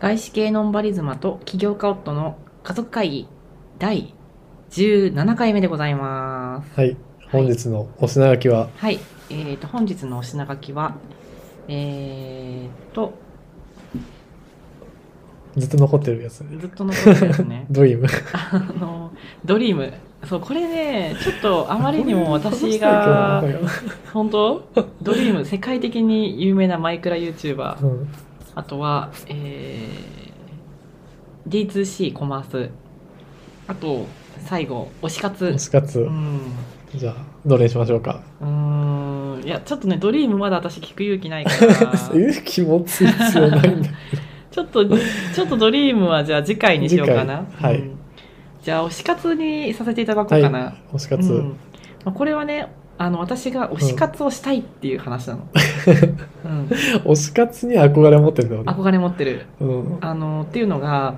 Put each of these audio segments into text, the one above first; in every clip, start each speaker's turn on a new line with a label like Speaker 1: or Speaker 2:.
Speaker 1: 外資系ノンバリズマと起業家夫の家族会議第17回目でございます。
Speaker 2: はい、本日のお品書きは、
Speaker 1: はい。えっ、と、本日のお品書きは、えっ、と、
Speaker 2: ずっと残ってるやつ。。
Speaker 1: ずっと残ってですね
Speaker 2: ドリーム。
Speaker 1: あの、ドリーム。そう、これね、ちょっとあまりにも私
Speaker 2: こ
Speaker 1: が
Speaker 2: の、人は
Speaker 1: 本当ドリーム、世界的に有名なマイクラ YouTuber
Speaker 2: 今。うん
Speaker 1: あとは、えー、D2C コマース。あと、最後、推し活
Speaker 2: 推。し活
Speaker 1: う。ん。
Speaker 2: じゃあ、どれにしましょうか。
Speaker 1: うーん。いや、ちょっとね、ドリームまだ私聞く勇気ないから、ち
Speaker 2: 勇気持つ必要ない んだ。
Speaker 1: ょっと、ちょっとドリームはじゃあ次回にしようかな。
Speaker 2: 次回はい
Speaker 1: うんじゃあ、推し活にさせていただこ
Speaker 2: は
Speaker 1: う
Speaker 2: い
Speaker 1: かな。、
Speaker 2: 推し活。
Speaker 1: うんまあ、これはね、あの、私が推し活をしたいっていう話なの。うん。
Speaker 2: 推し活に憧れ持ってるんだよね。
Speaker 1: 憧れ持ってる。
Speaker 2: うん。
Speaker 1: あのっていうのが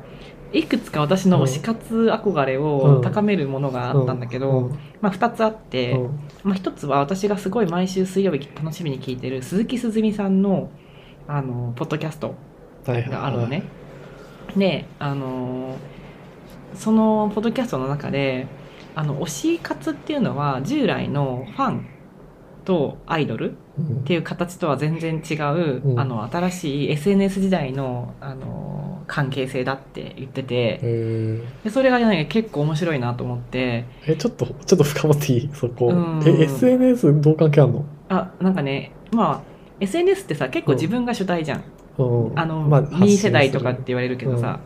Speaker 1: いくつか私の推し活憧れ
Speaker 2: う
Speaker 1: を
Speaker 2: ん
Speaker 1: 高めるものがあったんだけど、
Speaker 2: うん、
Speaker 1: まあ、2つあって、
Speaker 2: うん
Speaker 1: まあ、1つは私がすごい毎週水曜日楽しみに聞いてる鈴木すずみさんのあのポッドキャスト
Speaker 2: はい
Speaker 1: があるのね。であのそのポッドキャストの中であの推し活っていうのは従来のファンとアイドル
Speaker 2: うん
Speaker 1: っていう形とは全然違う、
Speaker 2: うん
Speaker 1: あの新しい SNS 時代のあの関係性だって言ってて
Speaker 2: えー
Speaker 1: でそれが、ね、結構面白いなと思って
Speaker 2: え、ちょっと、ちょっと深まっていいそこ
Speaker 1: うん。
Speaker 2: え、SNS どう関係あんの
Speaker 1: あなんかねまあ SNS ってさ結構自分が主体じゃん、
Speaker 2: うん。
Speaker 1: あの、
Speaker 2: まあ
Speaker 1: 2世代とかっ
Speaker 2: 発
Speaker 1: て
Speaker 2: 信する
Speaker 1: 言われるけどさ、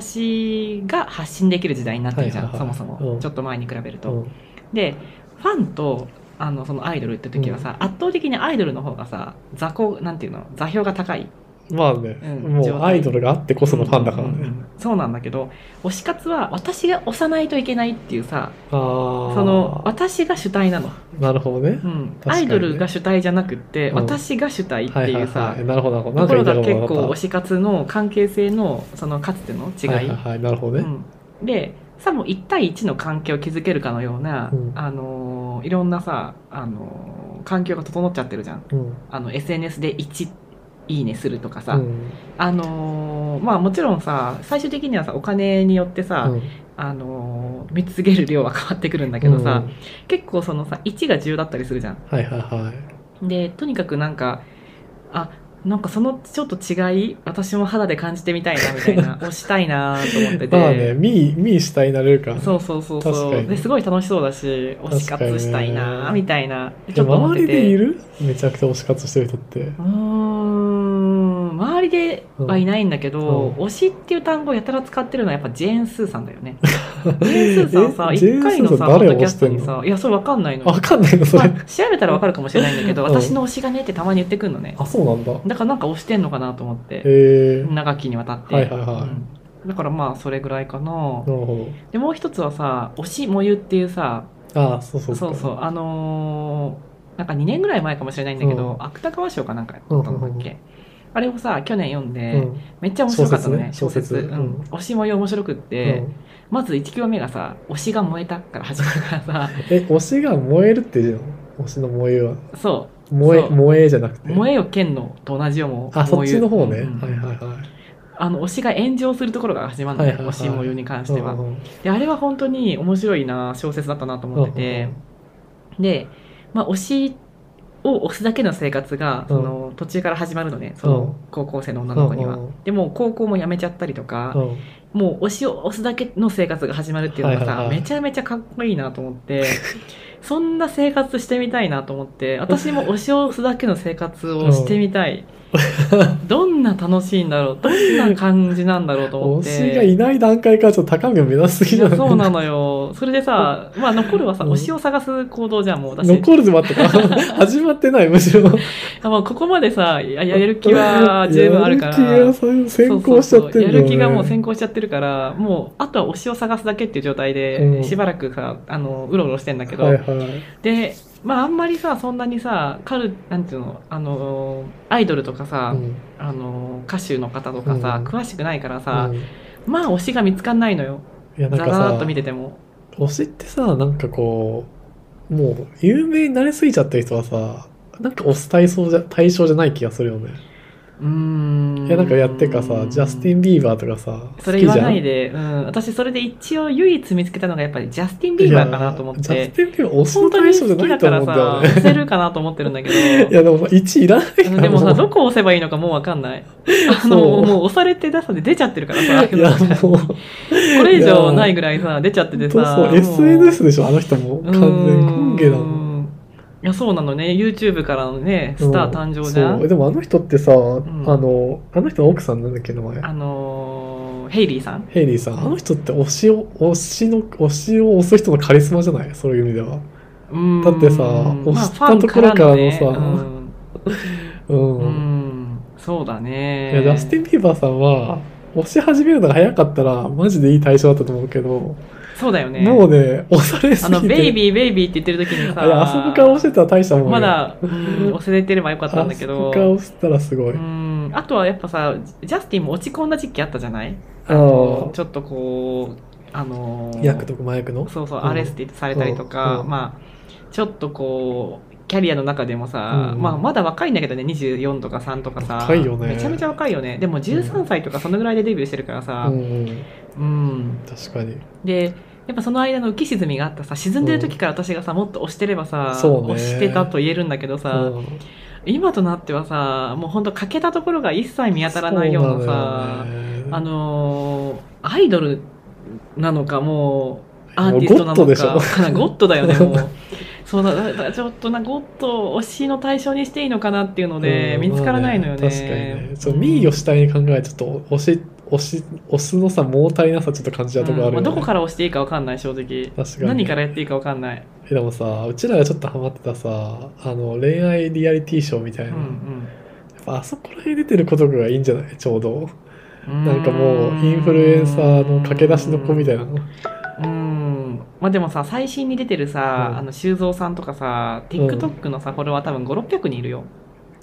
Speaker 1: 私が発信できる時代になってるじゃん、
Speaker 2: はいはいはい
Speaker 1: そもそも、
Speaker 2: うん
Speaker 1: ちょっと前に比べると、
Speaker 2: うん
Speaker 1: でファンとあのそのアイドルって時はさ、圧倒的にアイドルの方がさ座高なんていうの座標が高い
Speaker 2: まあね、
Speaker 1: うん
Speaker 2: も
Speaker 1: 状
Speaker 2: う
Speaker 1: 態
Speaker 2: アイドルがあってこそのファンだからね。
Speaker 1: うんうんうんそうなんだけど推し活は私が押さないといけないっていうさ
Speaker 2: あー
Speaker 1: その私が主体なの、
Speaker 2: なるほどね
Speaker 1: う。ん
Speaker 2: 確
Speaker 1: ア
Speaker 2: かにね
Speaker 1: イドルが主体じゃなくって、
Speaker 2: うん
Speaker 1: 私が主体って
Speaker 2: はい
Speaker 1: い
Speaker 2: は
Speaker 1: う
Speaker 2: い
Speaker 1: さ、
Speaker 2: はい。なるほど、なるほど。
Speaker 1: とこ
Speaker 2: なんか
Speaker 1: ろ
Speaker 2: 言い
Speaker 1: が
Speaker 2: たい
Speaker 1: 結
Speaker 2: こと
Speaker 1: 構
Speaker 2: が
Speaker 1: 推し活の関係性のそのかつての違
Speaker 2: はい
Speaker 1: い、
Speaker 2: はいはい、なるほど
Speaker 1: う
Speaker 2: ね。
Speaker 1: ん、でさも1対1の関係を築けるかのような、
Speaker 2: うん
Speaker 1: あのーいろんなさ、あのー環境が整っちゃってるじゃん
Speaker 2: うん。
Speaker 1: あの SNS で1いいねするとかさ、
Speaker 2: うん
Speaker 1: あのーまあもちろんさ最終的にはさお金によってさ、
Speaker 2: うん
Speaker 1: あのー見続ける量は変わってくるんだけどさ、
Speaker 2: うん
Speaker 1: 結構そのさ1が10だったりするじゃん。
Speaker 2: はいはいはい。
Speaker 1: でとにかくなんかあなんかそのちょっと違い私も肌で感じてみたいなみたい な推したいなと思ってて、
Speaker 2: まあね、ミー、ミー主体になれるからね。
Speaker 1: そうそうそうそ
Speaker 2: 確か
Speaker 1: う
Speaker 2: に
Speaker 1: ですごい楽しそうだし推し活したいなみたいなちょっと思って
Speaker 2: 周りでい
Speaker 1: て。
Speaker 2: るめちゃくちゃ推し活してる人って。
Speaker 1: うーん周りではいないんだけど、推しっていう単語をやたら使ってるのはやっぱジェーン・スーさんだよね。ジェーン・スーさんさ、
Speaker 2: え
Speaker 1: 1回の
Speaker 2: ジェーンスーさ
Speaker 1: さ、
Speaker 2: ん
Speaker 1: ポ
Speaker 2: 誰
Speaker 1: ッ
Speaker 2: を
Speaker 1: ドキャストに
Speaker 2: 推してん
Speaker 1: さ、いや、それわかんないのよ
Speaker 2: わ。かんないの、そ
Speaker 1: まあ
Speaker 2: れ。
Speaker 1: 調べたらわかるかもしれないんだけど、
Speaker 2: うん
Speaker 1: 私の推しがねってたまに言ってくるのね。
Speaker 2: あ、そうなんだ。
Speaker 1: だからなんか推してんのかなと思って、
Speaker 2: えー。な
Speaker 1: 長きにわたって。
Speaker 2: はいはいはい
Speaker 1: うんだからまあ、それぐらいかな。
Speaker 2: るほ
Speaker 1: で、もう一つはさ、推しもゆっていうさ、
Speaker 2: ど。あ、そうそう。
Speaker 1: そうそうう、あのーなんか2年ぐらい前かもしれないんだけど、芥川賞かなんかだったんだっけ、あれをさ、去年読ん
Speaker 2: う
Speaker 1: で、
Speaker 2: ん。
Speaker 1: めっちゃ面白かったのね、小
Speaker 2: 小
Speaker 1: 説。
Speaker 2: 説ね小
Speaker 1: う
Speaker 2: 説
Speaker 1: ん
Speaker 2: うん
Speaker 1: 推しもゆ面白くっ
Speaker 2: う
Speaker 1: て、
Speaker 2: ん
Speaker 1: まず1行目がさ、推しが燃えたから始まるからさ、
Speaker 2: え、推しが燃えるっていうの推しの燃えは。
Speaker 1: そ
Speaker 2: 燃
Speaker 1: そ
Speaker 2: え、
Speaker 1: う
Speaker 2: 燃えじゃなく
Speaker 1: う、
Speaker 2: て。
Speaker 1: 燃えよ剣のと同じよもう
Speaker 2: あ、そっちの方ね。
Speaker 1: うん
Speaker 2: はいはいはい。
Speaker 1: あの推しが炎上するところから始まるの、ね
Speaker 2: はいはいはい
Speaker 1: 推しもゆに関しては、
Speaker 2: うんうん
Speaker 1: であれは本当に面白いな小説だったなと思ってて、で、まあ、推しを推すだけの生活がその途中から始まるのねその高校生の女の子には、
Speaker 2: うんうん
Speaker 1: でもう高校も辞めちゃったりとか、
Speaker 2: うん
Speaker 1: もう推しを推すだけの生活が始まるっていうのがさ、
Speaker 2: はいはいはい
Speaker 1: めちゃめちゃかっこいいなと思って そんな生活してみたいなと思って私も推しを推すだけの生活をしてみた い、どんな楽しいんだろうどんな感じなんだろうと思って
Speaker 2: 推しがいない段階からちょっと高みを目指しすぎ
Speaker 1: い
Speaker 2: じゃ
Speaker 1: や
Speaker 2: ない
Speaker 1: そうなのよそれでさ、まあ、残るはさ
Speaker 2: うん
Speaker 1: 推しを探す行動じゃんもう私
Speaker 2: 残る ぞ待ってた始まってないむしろ
Speaker 1: あもうここまでさややれる気は 十分あるから
Speaker 2: やる気がそう先行しちゃって
Speaker 1: そうそ
Speaker 2: る
Speaker 1: うそうやる気がもう先
Speaker 2: 行
Speaker 1: 行しちゃってるからもうあとは推しを探すだけっていう状態
Speaker 2: う
Speaker 1: で
Speaker 2: ん
Speaker 1: しばらくさあのうろうろしてんだけど、
Speaker 2: はいはい
Speaker 1: でまああんまりさそんなにさカルなんていうのあのアイドルとかさ、
Speaker 2: うん
Speaker 1: あの歌手の方とかさ、
Speaker 2: うん
Speaker 1: 詳しくないからさ
Speaker 2: う、んい
Speaker 1: まあ推しが見つかんないのよ
Speaker 2: やな
Speaker 1: ざ
Speaker 2: んから
Speaker 1: ー
Speaker 2: さ
Speaker 1: っと見てても
Speaker 2: 推しってさなんかこうもう有名になりすぎちゃった人はさなんか推す対象じゃ対象じゃない気がするよね
Speaker 1: うーん
Speaker 2: いやなんかやってかさジャスティン・ビーバーとかさ
Speaker 1: そ
Speaker 2: 好
Speaker 1: れ
Speaker 2: きじ
Speaker 1: 言わ
Speaker 2: ゃ
Speaker 1: なんいで、うん、私それで一応唯一見つけたのがやっぱりジャスティン・ビーバーかなと思っ
Speaker 2: いやジャ
Speaker 1: て
Speaker 2: スティン・ビーバー推し
Speaker 1: 本
Speaker 2: の
Speaker 1: 当
Speaker 2: 対
Speaker 1: に
Speaker 2: 象じゃ
Speaker 1: 好き
Speaker 2: な
Speaker 1: だ
Speaker 2: いと
Speaker 1: か
Speaker 2: 思う
Speaker 1: ら
Speaker 2: んだよ
Speaker 1: さ
Speaker 2: ね
Speaker 1: 押せるかなと思ってるんだけど
Speaker 2: いやでもさ1位いらないか
Speaker 1: う
Speaker 2: ら
Speaker 1: んでもさど
Speaker 2: も
Speaker 1: こ押せばいいのかもうわかんないあの
Speaker 2: そう
Speaker 1: もう押されて出さで出ちゃってるからさ
Speaker 2: いやもう本
Speaker 1: これ以上ないぐらいさ出ちゃってて
Speaker 2: 当そう
Speaker 1: さもう
Speaker 2: SNS でしょあの人も完全根源だもん
Speaker 1: うーんいやそうなのね YouTube からのねスター誕生じゃん、
Speaker 2: そうでもあの人ってさ、
Speaker 1: ん
Speaker 2: あのあの人の奥さんなんだっけ名前
Speaker 1: あのーヘイリーさん
Speaker 2: ヘイリーさんあの人って推しを推しの推しを推す人のカリスマじゃないそういう意味では
Speaker 1: うーん
Speaker 2: だってさ
Speaker 1: まあ
Speaker 2: 押したところからのさ
Speaker 1: ファンからのね
Speaker 2: うん、
Speaker 1: うん、うんそうだね
Speaker 2: いやジャスティン・ビーバーさんは推し始めるのが早かったらマジでいい対象だったと思うけど、
Speaker 1: そうだよね
Speaker 2: もうね押されす
Speaker 1: あ
Speaker 2: ぎて
Speaker 1: のベイビーベイビーって言ってる時にさ
Speaker 2: あれあそこから押してたら大したもんよ
Speaker 1: まだ、うん、押せてればよかったんだけ
Speaker 2: あそ
Speaker 1: ど
Speaker 2: こから押したらすごい、
Speaker 1: うんあとはやっぱさジャスティンも落ち込んだ時期あったじゃない
Speaker 2: あの
Speaker 1: ちょっとこうあのー
Speaker 2: 役とか麻薬の
Speaker 1: そうそう、
Speaker 2: うん
Speaker 1: アレスティされたりとか、
Speaker 2: うん
Speaker 1: まあちょっとこうキャリアの中でもさ、
Speaker 2: うん
Speaker 1: まあ、まだ若いんだけどね24とか3とかさ
Speaker 2: 若いよね
Speaker 1: めちゃめちゃ若いよねでも13歳とかそのぐらいでデビューしてるからさ
Speaker 2: う、ん、
Speaker 1: うん
Speaker 2: 確かに
Speaker 1: でやっぱその間の浮き沈みがあったさ沈んでる時から私がさもっと押してればさ、
Speaker 2: そうね
Speaker 1: 押してたと言えるんだけどさ、
Speaker 2: うん
Speaker 1: 今となってはさもうほんと欠けたところが一切見当たらないようなさ
Speaker 2: そうなのよね
Speaker 1: あのーアイドルなのかもうアーティストな
Speaker 2: も
Speaker 1: の
Speaker 2: うゴッドでしょ
Speaker 1: かかなゴッドだよねも うそうだだだちょっとなゴッドを推しの対象にしていいのかなっていうので、
Speaker 2: うん
Speaker 1: 見つからないのよね,、
Speaker 2: まあ確かにねそうミーを主体に考えちょっと押し押し押すのさ物足りなさちょっと感じたとこある
Speaker 1: う
Speaker 2: よ、
Speaker 1: んま
Speaker 2: ね
Speaker 1: あどこから押していいかわかんない正直
Speaker 2: 確かに
Speaker 1: 何からやっていいかわかんない、
Speaker 2: えでもさうちらがちょっとハマってたさあの恋愛リアリティショーみたい
Speaker 1: うん
Speaker 2: な、やっぱあそこら辺出てることがいいんじゃないちょうど
Speaker 1: うん、
Speaker 2: なんかもうインフルエンサーの駆け出しの子みたいな
Speaker 1: うんまあでもさ最新に出てるさ、
Speaker 2: うん
Speaker 1: あの修造さんとかさ TikTok のさフォロワー多分5600人いるよ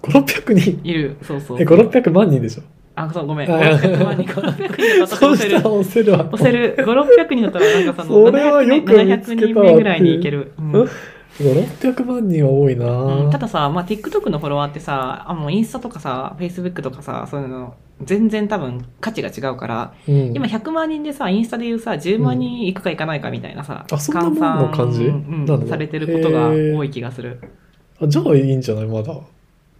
Speaker 2: 5600人
Speaker 1: いるそうそう
Speaker 2: え5600万人でしょ
Speaker 1: あそうごめん
Speaker 2: あいや
Speaker 1: 5600万人5600人だったら
Speaker 2: そう
Speaker 1: 押せ
Speaker 2: した
Speaker 1: る
Speaker 2: ら押せるわ
Speaker 1: 押せる5600人だったらなんかその
Speaker 2: それはよく見つけたわ
Speaker 1: 700人目ぐらいにいける、うん
Speaker 2: うん5600万人は多いな、
Speaker 1: うんたださ、まあ、TikTok のフォロワーってさあもうインスタとかさ Facebook とかさそういうの全然多分価値が違うから
Speaker 2: うん
Speaker 1: 今100万人でさインスタでいうさ10万人いくかいかないかみたいなさ、
Speaker 2: あそんなもんの感じ
Speaker 1: 換
Speaker 2: な
Speaker 1: 算
Speaker 2: ん
Speaker 1: う
Speaker 2: だ
Speaker 1: ん、されてることが多い気がする
Speaker 2: あじゃあいいんじゃないまだ、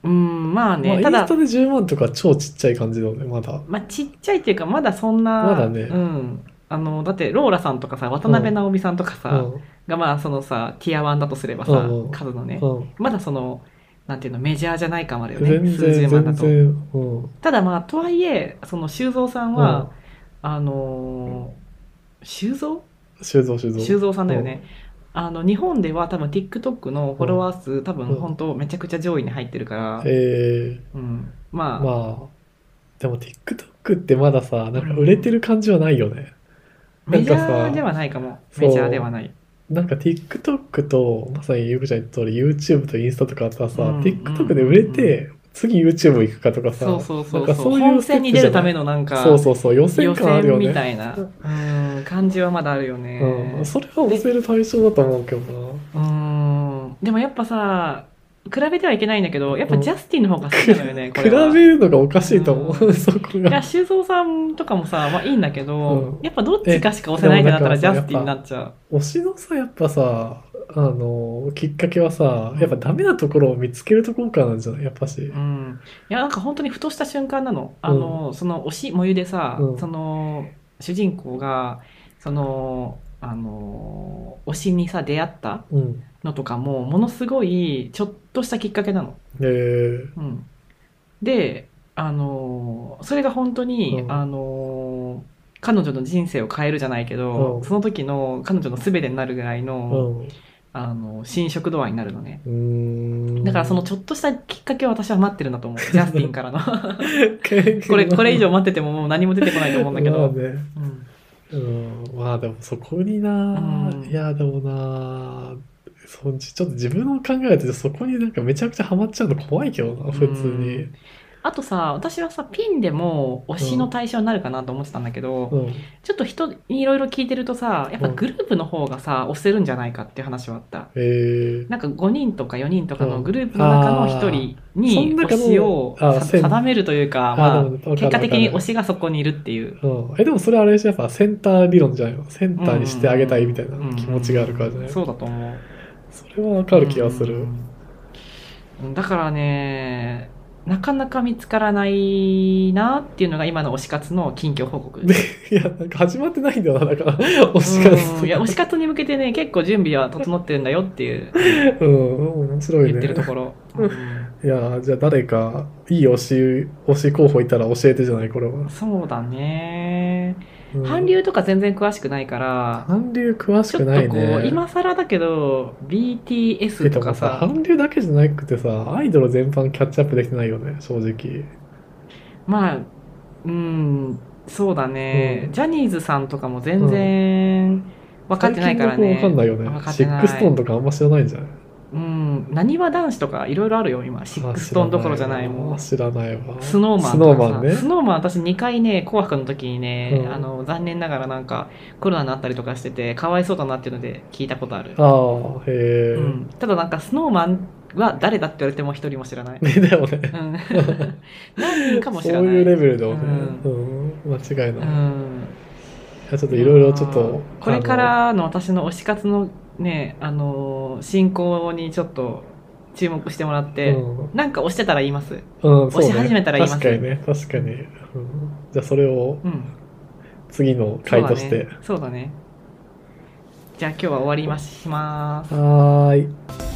Speaker 1: うんまあね、た
Speaker 2: まあ、イン
Speaker 1: だ
Speaker 2: スタで10万とか超ちっちゃい感じだよねまだ
Speaker 1: まあ、ちっちゃいっていうかまだそんな
Speaker 2: まだね
Speaker 1: うん、あのだってローラさんとかさ渡辺直美さんとかさ、
Speaker 2: うん
Speaker 1: がまあそのさティア1だとすればさ、
Speaker 2: うんうん
Speaker 1: 数のね、
Speaker 2: うん
Speaker 1: まだそのなんていうのメジャーじゃない感はあるよ
Speaker 2: 全
Speaker 1: ね数十
Speaker 2: 然
Speaker 1: 万だ
Speaker 2: 全
Speaker 1: と
Speaker 2: 然うん
Speaker 1: ただまあとはいえその修造さんは、あのー修造
Speaker 2: 修造修造
Speaker 1: 修造さんだよね、あの日本では多分 TikTok のフォロワー数多分
Speaker 2: うん
Speaker 1: 本当めちゃくちゃ上位に入ってるから、
Speaker 2: え
Speaker 1: うん、ま
Speaker 2: ー、
Speaker 1: あ、
Speaker 2: まあでも TikTok ってまださなんか売れてる感じはないよねな
Speaker 1: メ
Speaker 2: ん
Speaker 1: ジャ
Speaker 2: かさ
Speaker 1: ーではないかも
Speaker 2: そう
Speaker 1: メジャーではない
Speaker 2: なんか TikTok とまさにゆうこちゃん言った通り YouTube とインスタとかあったらさ、
Speaker 1: うんうん
Speaker 2: TikTok で売れて次 YouTube 行くかとかさ
Speaker 1: そうそうそ
Speaker 2: なん
Speaker 1: う
Speaker 2: か
Speaker 1: そ
Speaker 2: そうういう
Speaker 1: 本戦に出るための
Speaker 2: の
Speaker 1: なんか
Speaker 2: そうそうそう予選
Speaker 1: 予
Speaker 2: 感あるよ
Speaker 1: 選
Speaker 2: ね
Speaker 1: みたいな、うん、感じはまだあるよね、
Speaker 2: うん、それは押せる対象だと思うけどな
Speaker 1: うーんでもやっぱさ比べてはいけないんだけどやっぱジャスティンの方が好きなのよ ねこ
Speaker 2: 比
Speaker 1: れは。
Speaker 2: べるのがおかしいと思う、
Speaker 1: うん
Speaker 2: そこ
Speaker 1: いや
Speaker 2: が。
Speaker 1: 修造さんとかもさ、まあ、いいんだけど、
Speaker 2: うん
Speaker 1: やっぱどっちかしか押せないってなったら
Speaker 2: え
Speaker 1: ジ
Speaker 2: でも
Speaker 1: ャ
Speaker 2: だ
Speaker 1: ス
Speaker 2: からさ
Speaker 1: ティンになっちゃ
Speaker 2: 推しのさやっぱさあのきっかけはさやっぱダメなところを見つけるところからなんじゃないやっぱし
Speaker 1: う、う。ん、いやなんか本当にふとした瞬間なのあの、その推しもゆでさ、
Speaker 2: うん
Speaker 1: その主人公がそのあの推しにさ出会った
Speaker 2: うん
Speaker 1: のとかもものすごいちょっとしたきっかけなの。
Speaker 2: えー
Speaker 1: うん、で、あのーそれが本当に、
Speaker 2: うん
Speaker 1: あのー彼女の人生を変えるじゃないけど、
Speaker 2: うん
Speaker 1: その時の彼女の全てになるぐらいうの,、
Speaker 2: んう
Speaker 1: あの新色度合いになるのね。
Speaker 2: ーん、
Speaker 1: だからそのちょっとしたきっかけを私は待ってるんだと思う。ジャスティンからの。 こ
Speaker 2: こ
Speaker 1: れ、これ以上待っててももう何も出てこないと思うんだけ
Speaker 2: まあ
Speaker 1: ど。
Speaker 2: ね
Speaker 1: うん
Speaker 2: うん、まあでもそこにな、
Speaker 1: うん
Speaker 2: いやでもなそんちちょっと自分の考えてそこになんかめちゃくちゃハマっちゃうの怖いけどな普通に、
Speaker 1: うんあとさ、私はさ、ピンでも推しの対象になるかなと思ってたんだけど、
Speaker 2: うん。
Speaker 1: ちょっと人にいろいろ聞いてるとさ、やっぱグループの方がさ、推せるんじゃないかっていう話はあった。
Speaker 2: えー。
Speaker 1: なんか5人とか4人とかのグループの中の1人に
Speaker 2: うんあー
Speaker 1: 推しを
Speaker 2: その中のあ
Speaker 1: さ
Speaker 2: せん
Speaker 1: 定めるというか、
Speaker 2: あ
Speaker 1: ま
Speaker 2: ー
Speaker 1: あ
Speaker 2: でもわかる、
Speaker 1: 結果的に
Speaker 2: わか
Speaker 1: 推
Speaker 2: る
Speaker 1: しがそこにいるっていう。
Speaker 2: うん、えでもそれあれでしょやっぱセンター理論じゃないのセンターにしてあげたいみたいな
Speaker 1: うん
Speaker 2: 気持ちがあるからじゃない、
Speaker 1: そうだと思う。
Speaker 2: それはわかる気がする、
Speaker 1: うんだからね、なかなか見つからないなっていうのが今の推し活の近況報 告。
Speaker 2: でいやなんか始まってないんだよなだから推し
Speaker 1: うんいや、推し活に向けてね、結構準備は整ってるんだよって いう
Speaker 2: うん面白い
Speaker 1: 言ってると
Speaker 2: ね
Speaker 1: こ ろ。
Speaker 2: ういやじゃあ誰かいい推し推し候補いたら教えてじゃないこれは
Speaker 1: うん、そうだね。
Speaker 2: うん
Speaker 1: 韓流とか全然詳しくないから、
Speaker 2: 韓流詳し
Speaker 1: ちょ
Speaker 2: く
Speaker 1: っと
Speaker 2: ない
Speaker 1: こ
Speaker 2: ね
Speaker 1: う、今更だけど、BTS とか
Speaker 2: えで
Speaker 1: さ
Speaker 2: も、韓流だけじゃなくてさアイドル全般キャッチアップできてないよね正直
Speaker 1: まあ、うん、そうだね、
Speaker 2: うん
Speaker 1: ジャニーズさんとかも全然分かってないからね。
Speaker 2: 最近の子わかんないよね
Speaker 1: 分かっ
Speaker 2: シ
Speaker 1: て
Speaker 2: ッ
Speaker 1: な
Speaker 2: クストーン
Speaker 1: い。
Speaker 2: とかあんま知らないんじゃない
Speaker 1: うん、なにわ男子とかいろいろあるよ、今。シックストーンどころじゃないもん。
Speaker 2: 知らないわ。
Speaker 1: スノーマン
Speaker 2: ス
Speaker 1: と
Speaker 2: ノー
Speaker 1: かさ
Speaker 2: マンね。
Speaker 1: スノーマン私2回ね、紅白の時にね、
Speaker 2: うん
Speaker 1: あの、残念ながらなんかコロナになったりとかしてて、かわいそうだなっていうので聞いたことある。
Speaker 2: ああ、へえ。
Speaker 1: う ん、ただなんかスノーマンは誰だって言われても一人も知らない。
Speaker 2: ねだよね。
Speaker 1: うん 何人かも知ら
Speaker 2: そう
Speaker 1: ない。
Speaker 2: いうレベルだよね。
Speaker 1: う
Speaker 2: うん、間違いな
Speaker 1: う
Speaker 2: い。い
Speaker 1: ん、
Speaker 2: やちょっといろいろちょっと。
Speaker 1: これか
Speaker 2: あ
Speaker 1: らの私の推し活のね、あのー進行にちょっと注目してもらっ
Speaker 2: の、
Speaker 1: て、なんか推してたら言います。
Speaker 2: うん、うん、そうね
Speaker 1: 押し始めたら言います
Speaker 2: 確かにね、確かに。うんじゃあそれを
Speaker 1: うん。
Speaker 2: 次の回とし
Speaker 1: そ
Speaker 2: て。
Speaker 1: うだね。そうだねじゃあ今日は終わりまします。
Speaker 2: はーい。